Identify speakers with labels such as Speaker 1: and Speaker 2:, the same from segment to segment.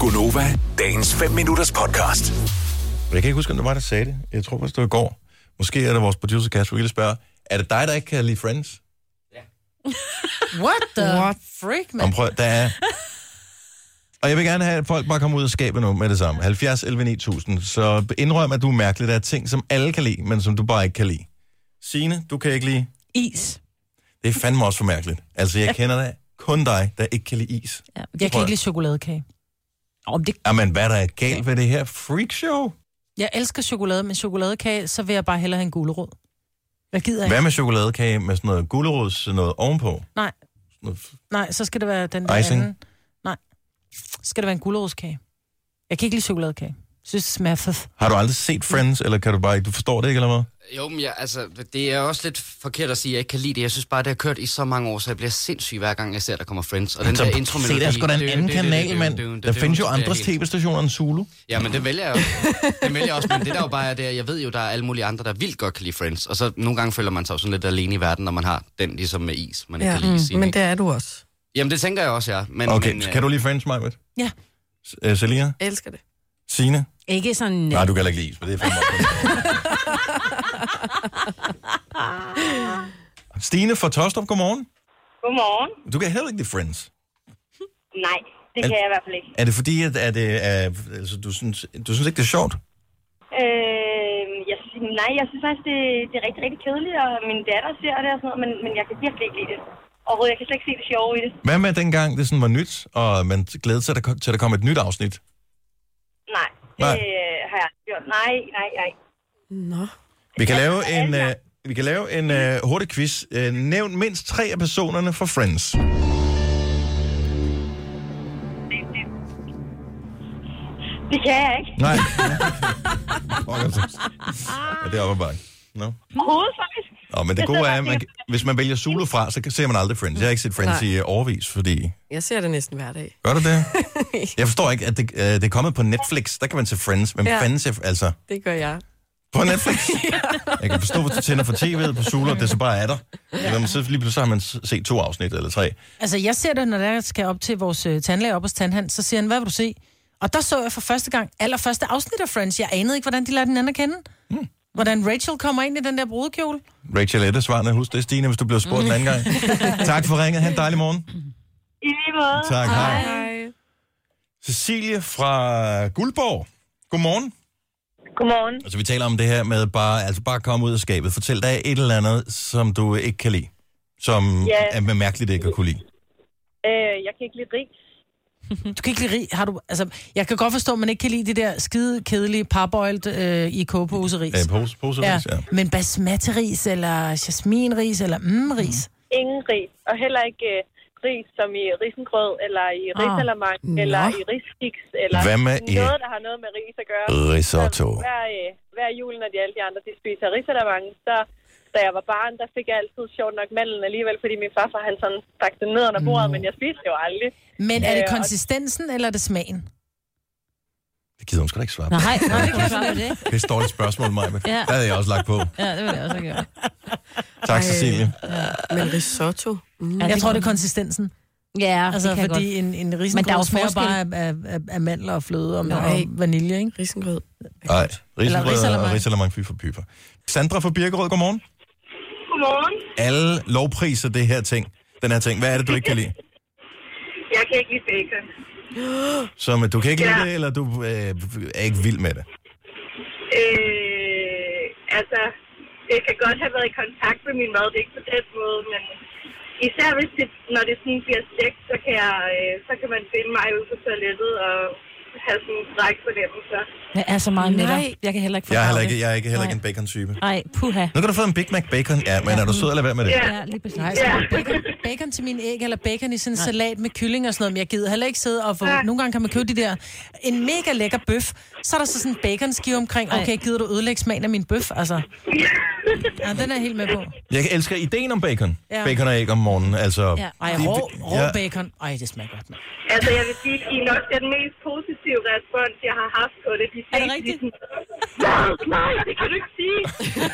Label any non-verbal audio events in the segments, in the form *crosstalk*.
Speaker 1: Gunova, dagens 5 minutters podcast.
Speaker 2: Jeg kan ikke huske, om det var, der sagde det. Jeg tror, det var i går. Måske er det vores producer, Kasper Wille, spørger, er det dig, der ikke kan lide Friends?
Speaker 3: What the What? freak, man?
Speaker 2: Om prøv, der er... Og jeg vil gerne have, at folk bare kommer ud og skabe nu med det samme. 70 11 9000. Så indrøm, at du er mærkelig. Der er ting, som alle kan lide, men som du bare ikke kan lide. Signe, du kan ikke lide.
Speaker 4: Is.
Speaker 2: Det er fandme også for mærkeligt. Altså, jeg kender dig. Kun dig, der ikke kan lide is.
Speaker 4: Ja.
Speaker 3: Jeg kan
Speaker 2: Prøv.
Speaker 3: ikke lide chokoladekage.
Speaker 4: Om det,
Speaker 2: Jamen, hvad er der er galt ved det her freakshow?
Speaker 3: Jeg elsker chokolade, men chokoladekage, så vil jeg bare hellere have en gulerod. Hvad gider jeg?
Speaker 2: Hvad med chokoladekage med sådan noget gulerods noget ovenpå?
Speaker 3: Nej,
Speaker 2: Sådan noget
Speaker 3: nej, så skal det være den der
Speaker 2: Icing?
Speaker 3: anden. Nej, så skal det være en gulerodskage. Jeg kan ikke lide chokoladekage. Jeg synes, det smager for...
Speaker 2: Har du aldrig set Friends, eller kan du bare ikke, du forstår det ikke, eller hvad?
Speaker 5: Jo, men jeg, altså, det er også lidt forkert at sige, at jeg ikke kan lide det. Jeg synes bare, det har kørt i så mange år, så jeg bliver sindssyg hver gang, jeg ser, der kommer Friends. Og den der intro
Speaker 2: Altså, se, der er sgu da en anden kanal, mand. Der findes jo andre
Speaker 5: ting.
Speaker 2: tv-stationer end Zulu.
Speaker 5: Ja, men det vælger jeg jo. Det vælger jeg også, men det der jo bare er, det er, jeg ved jo, der er alle mulige andre, der vildt godt kan lide Friends. Og så nogle gange føler man sig jo sådan lidt alene i verden, når man har den ligesom med is, man ikke
Speaker 4: ja.
Speaker 5: kan lide.
Speaker 4: Mm,
Speaker 5: Signe,
Speaker 4: men
Speaker 5: ikke?
Speaker 4: det er du også.
Speaker 5: Jamen, det tænker jeg også, ja. Men, men,
Speaker 2: Okay,
Speaker 5: øh,
Speaker 2: kan du lige Friends, Majbet?
Speaker 3: Ja.
Speaker 2: Øh, Selina?
Speaker 4: Jeg elsker det.
Speaker 2: Signe?
Speaker 4: Ikke sådan...
Speaker 2: Nej, du kan heller ikke lide is, men det er fandme
Speaker 4: *laughs*
Speaker 2: også- Stine fra Tostrup, godmorgen.
Speaker 6: Godmorgen.
Speaker 2: Du kan heller ikke lide Friends.
Speaker 6: Nej, det
Speaker 2: Al-
Speaker 6: kan jeg i hvert fald ikke.
Speaker 2: Er det fordi, at, at, at, altså, du, synes, du synes ikke, det er sjovt?
Speaker 6: Øh, jeg, sy- nej, jeg synes faktisk, det, det er rigtig, rigtig kedeligt, og min datter ser det og sådan noget, men, men jeg kan virkelig ikke lide det. Overhovedet, jeg kan slet ikke se det sjove i det.
Speaker 2: Hvad med dengang, det sådan var nyt, og man glædede sig der kom- til, at der kom et nyt afsnit?
Speaker 6: Nej, det
Speaker 2: Nej.
Speaker 6: øh, har jeg aldrig gjort. Nej, nej, nej.
Speaker 4: Nå.
Speaker 2: Vi kan lave en, øh, vi kan lave en øh, hurtig quiz. Øh, nævn mindst tre af personerne fra Friends.
Speaker 6: Det, det, det kan jeg ikke.
Speaker 2: Nej. Fuck, altså. ja, det er op ad bakke. No.
Speaker 6: Overhovedet faktisk.
Speaker 2: Nå, men det
Speaker 6: Jeg
Speaker 2: gode
Speaker 6: sidder
Speaker 2: er,
Speaker 6: bare
Speaker 2: at
Speaker 6: og
Speaker 2: man,
Speaker 6: tænker,
Speaker 2: hvis man vælger Zulu fra, så ser man aldrig Friends. Jeg har ikke set Friends
Speaker 4: Nej.
Speaker 2: i øh, årevis, fordi...
Speaker 4: Jeg ser det næsten hver dag.
Speaker 2: Gør du *laughs* det? Jeg forstår ikke, at det, øh, det er kommet på Netflix. Der kan man se Friends. Hvem ja.
Speaker 4: Ja.
Speaker 2: fanden ser... Altså,
Speaker 4: Det gør jeg.
Speaker 2: *laughs* på Netflix? Jeg kan forstå, hvis du tænder for tv'et på Zulu, at det så bare er der. Ja. Så lige pludselig så har man s- set to afsnit eller tre.
Speaker 3: Altså, jeg ser det, når jeg skal op til vores øh, tandlæge op hos tandhand, så siger han, hvad vil du se? Og der så jeg for første gang allerførste afsnit af Friends. Jeg anede ikke, hvordan de lader den anden at kende. Mm.
Speaker 2: Hmm.
Speaker 3: Hvordan Rachel kommer ind i den der brudekjole.
Speaker 2: Rachel Ette svarende. Husk det, Stine, hvis du bliver spurgt mm. en anden *laughs* gang. tak for ringet. Ha' en dejlig morgen.
Speaker 6: I lige måde.
Speaker 2: Tak. Hej.
Speaker 4: Hej.
Speaker 2: Cecilie fra Guldborg. Godmorgen.
Speaker 6: Godmorgen.
Speaker 2: Altså, vi taler om det her med bare, altså bare komme ud af skabet. Fortæl dig et eller andet, som du ikke kan lide. Som
Speaker 6: Ja.
Speaker 2: yeah. er mærkeligt ikke at kunne lide.
Speaker 6: Øh, jeg kan ikke lide ris.
Speaker 3: Du kan ikke lide rig. Har du, altså, jeg kan godt forstå, at man ikke kan lide det der skide kedelige parboiled øh, i kogeposeris.
Speaker 2: Øh, pose, pose ja. ja.
Speaker 3: Men basmatiris, eller jasminris, eller mm-ris. Mm.
Speaker 6: Ingen ris. Og heller ikke øh, ris som i risengrød, eller i
Speaker 3: Ah.
Speaker 6: risalamang,
Speaker 4: Nå.
Speaker 6: eller i riskiks, eller
Speaker 2: Hvad med i
Speaker 6: noget, der har noget med ris at gøre.
Speaker 2: risotto?
Speaker 6: Så Hver, øh, hver jul, når de alle de andre de spiser risalamande, så da jeg var barn, der fik jeg altid sjovt nok mandlen alligevel, fordi min farfar han sådan stak det ned under bordet, men jeg spiste det jo aldrig.
Speaker 3: Men er det
Speaker 6: Øh, og-
Speaker 3: konsistensen, eller er det smagen?
Speaker 2: Det gider hun sgu da ikke svare
Speaker 3: *laughs*
Speaker 2: på.
Speaker 7: Nej, nej, det kan jeg det.
Speaker 2: Det er et dårligt spørgsmål, Maja. Ja. Der havde jeg også lagt på.
Speaker 7: Ja, det vil jeg også gøre.
Speaker 2: Tak,
Speaker 4: Ej.
Speaker 2: Cecilie.
Speaker 4: Men risotto? Mm.
Speaker 3: Jeg tror, det er konsistensen.
Speaker 7: Ja,
Speaker 3: Altså,
Speaker 7: det kan
Speaker 3: fordi
Speaker 7: jeg
Speaker 3: en, en
Speaker 7: Men der er
Speaker 3: risengrød
Speaker 7: jo
Speaker 3: smager
Speaker 7: forskel.
Speaker 3: bare af, af, af, af mandler og fløde og, og
Speaker 4: Nej.
Speaker 3: vanilje, ikke?
Speaker 4: Risengrød.
Speaker 2: Nej, risengrød og
Speaker 3: risalamande.
Speaker 2: risalamang fy for pyfer. Sandra fra Birkerød, godmorgen.
Speaker 6: Godmorgen.
Speaker 2: Alle lovpriser det her ting. Den her ting. Hvad er det, du ikke kan lide?
Speaker 6: Jeg kan ikke lide bacon.
Speaker 2: Som øh, du kan ikke lide
Speaker 6: Ja.
Speaker 2: det, eller du øh, er ikke vild med det.
Speaker 6: Øh, altså, jeg kan godt have været i kontakt med min mad, det er ikke på den måde, men især hvis det, når det sådan bliver stegt, så kan, jeg, øh, så kan man finde mig ude på toilettet og have sådan en stræk fornemmelse.
Speaker 7: godt. Jeg er så meget med
Speaker 4: Nej.
Speaker 7: dig. Jeg kan heller ikke
Speaker 2: Jeg er
Speaker 7: fordrage
Speaker 2: heller ikke,
Speaker 7: det.
Speaker 2: jeg er ikke, heller ikke
Speaker 7: Nej.
Speaker 2: en bacon-type.
Speaker 7: Nej, puha.
Speaker 2: Nu kan du få en Big Mac bacon. Ja, men er du sød eller hvad med det?
Speaker 7: Ja, lige præcis.
Speaker 3: Nej,
Speaker 6: Ja.
Speaker 3: så bacon, bacon til min æg, eller bacon i sådan en salat med kylling og sådan noget, men jeg gider heller ikke sidde og få...
Speaker 6: Nej.
Speaker 3: Nogle gange kan man købe de der... En mega lækker bøf, så er der så sådan en baconskive omkring.
Speaker 7: Ej.
Speaker 3: Okay, gider du ødelægge smagen af min bøf? Altså, ja, den er jeg helt med på.
Speaker 2: Jeg elsker ideen om bacon. Ja.
Speaker 3: Ja.
Speaker 2: Bacon og æg om morgenen, altså...
Speaker 7: Ja.
Speaker 3: Ej,
Speaker 2: Vi-
Speaker 3: rå,
Speaker 2: vi-
Speaker 3: rå
Speaker 2: ja.
Speaker 3: bacon. Ej, det smager godt, mand.
Speaker 6: Altså, jeg vil sige, I er nok den mest positive respons, jeg har haft på det. De
Speaker 7: Er det rigtigt?
Speaker 6: Sådan, Hvad? Nej, det kan du ikke sige.
Speaker 3: Det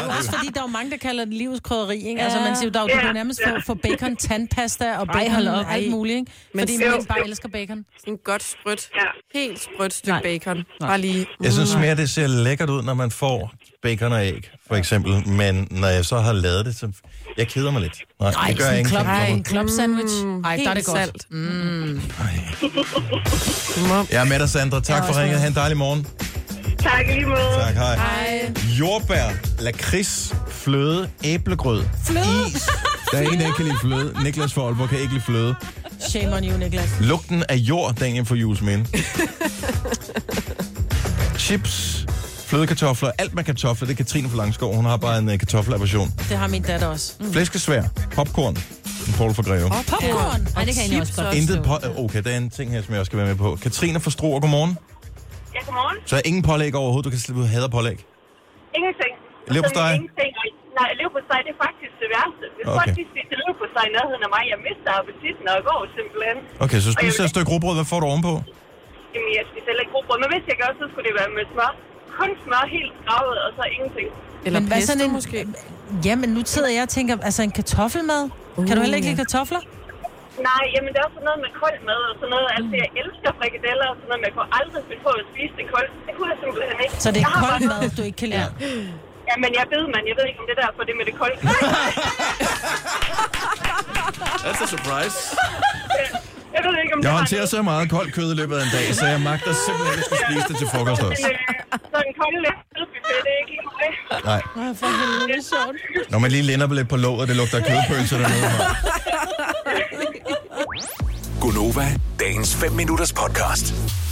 Speaker 3: er jo også fordi, der er jo mange, der kalder det livets krydderi, ikke? Ja. Altså,
Speaker 7: Ja.
Speaker 3: man siger, jo, der er jo, du
Speaker 6: Ja,
Speaker 3: kan nærmest
Speaker 6: ja.
Speaker 3: få, få bacon, tandpasta og
Speaker 7: Ej,
Speaker 3: bacon
Speaker 7: hold
Speaker 3: og
Speaker 7: op.
Speaker 3: alt
Speaker 7: Ej.
Speaker 3: muligt, ikke? Fordi
Speaker 4: Jo,
Speaker 3: man ikke bare elsker bacon.
Speaker 4: En godt sprødt,
Speaker 6: Ja.
Speaker 4: helt sprødt stykke
Speaker 7: Nej.
Speaker 4: bacon. Bare lige.
Speaker 2: Jeg synes mere, det ser lækkert ud, når man får bacon og æg, for eksempel. Men når jeg så har lavet det, så... Jeg keder mig lidt. Nej,
Speaker 3: Ej,
Speaker 2: det gør
Speaker 3: sådan
Speaker 2: jeg
Speaker 3: en klop,
Speaker 2: ikke.
Speaker 3: en klop sandwich. Ej, der er det
Speaker 4: helt
Speaker 3: godt.
Speaker 4: salt.
Speaker 2: Jeg er med dig, Sandra. Tak
Speaker 7: Jeg er
Speaker 2: for
Speaker 7: også
Speaker 2: ringet.
Speaker 7: med.
Speaker 2: Ha' en dejlig morgen.
Speaker 6: Tak i lige måde.
Speaker 2: Tak, hej. Jordbær, lakrids, fløde, æblegrød, fløde. is. Der er en, der ikke kan lide fløde. Niklas fra Aalborg kan ikke lide fløde.
Speaker 3: Shame on you, Niklas.
Speaker 2: Lugten af jord, Daniel for Jules Minde. Chips, flødekartofler, alt med kartofler. Det er Katrine fra Langskov. Hun har bare en uh, kartoffelaversion.
Speaker 3: Det har min datter også.
Speaker 2: Flæskesvær, popcorn, Paul for Greve.
Speaker 3: Popcorn.
Speaker 7: Ej, det kan jeg egentlig også godt
Speaker 2: Intet
Speaker 7: forstå.
Speaker 2: på- okay, der er en ting her, som jeg også skal være med på. Katrine fra Struer, godmorgen.
Speaker 6: Ja, godmorgen.
Speaker 2: Så er ingen pålæg overhovedet. Du kan slippe ud hader pålæg.
Speaker 6: Ingenting.
Speaker 2: Leverpostej?
Speaker 6: Sådan Ingenting. Nej, leverpostej, det er faktisk det værste. Hvis
Speaker 2: Okay.
Speaker 6: okay. folk de spiser leverpostej i nærheden af mig, jeg mister appetitten og går simpelthen.
Speaker 2: Okay, så
Speaker 6: Og jeg
Speaker 2: spiser jeg
Speaker 6: vil-
Speaker 2: et stykke rugbrød. Hvad får du ovenpå?
Speaker 6: Jamen, jeg spiser heller ikke rugbrød, men hvis jeg gør, så skulle det være med smør. Kun smør, helt skravet, og så ingenting.
Speaker 4: Eller
Speaker 3: Men hvad
Speaker 4: pesto
Speaker 3: sådan en...
Speaker 4: måske.
Speaker 3: Jamen, nu sidder jeg og tænker, altså en kartoffelmad? Kan du heller
Speaker 7: Uh.
Speaker 3: ikke lide kartofler?
Speaker 6: Nej, jamen det er også sådan noget med kold mad og sådan noget. Altså, jeg elsker frikadeller og sådan noget, men jeg kunne aldrig finde på at spise det koldt. Det kunne jeg simpelthen ikke.
Speaker 3: Så det er
Speaker 6: Jeg har
Speaker 3: kold
Speaker 6: bare-
Speaker 3: mad, du ikke kan lide.
Speaker 6: Jamen, jeg ved, man. Jeg ved ikke, om det er derfor, det er med det
Speaker 2: *laughs*
Speaker 6: kolde. *laughs*
Speaker 5: That's a surprise.
Speaker 6: Jeg ved ikke, om det
Speaker 2: Jeg
Speaker 6: har
Speaker 2: håndterer
Speaker 6: noget-
Speaker 2: så meget koldt kød i løbet af en dag, så jeg magter simpelthen ikke at skulle spise det til frokost også.
Speaker 6: Men, øh, *laughs* Sådan en kold lidt kødbuffet, det er ikke lige mig.
Speaker 2: Nej.
Speaker 6: Det er sjovt.
Speaker 2: Når man lige lænder lidt på låget, det lugter af kødpølse eller noget. her.
Speaker 1: Gunova, dagens 5 minutters podcast.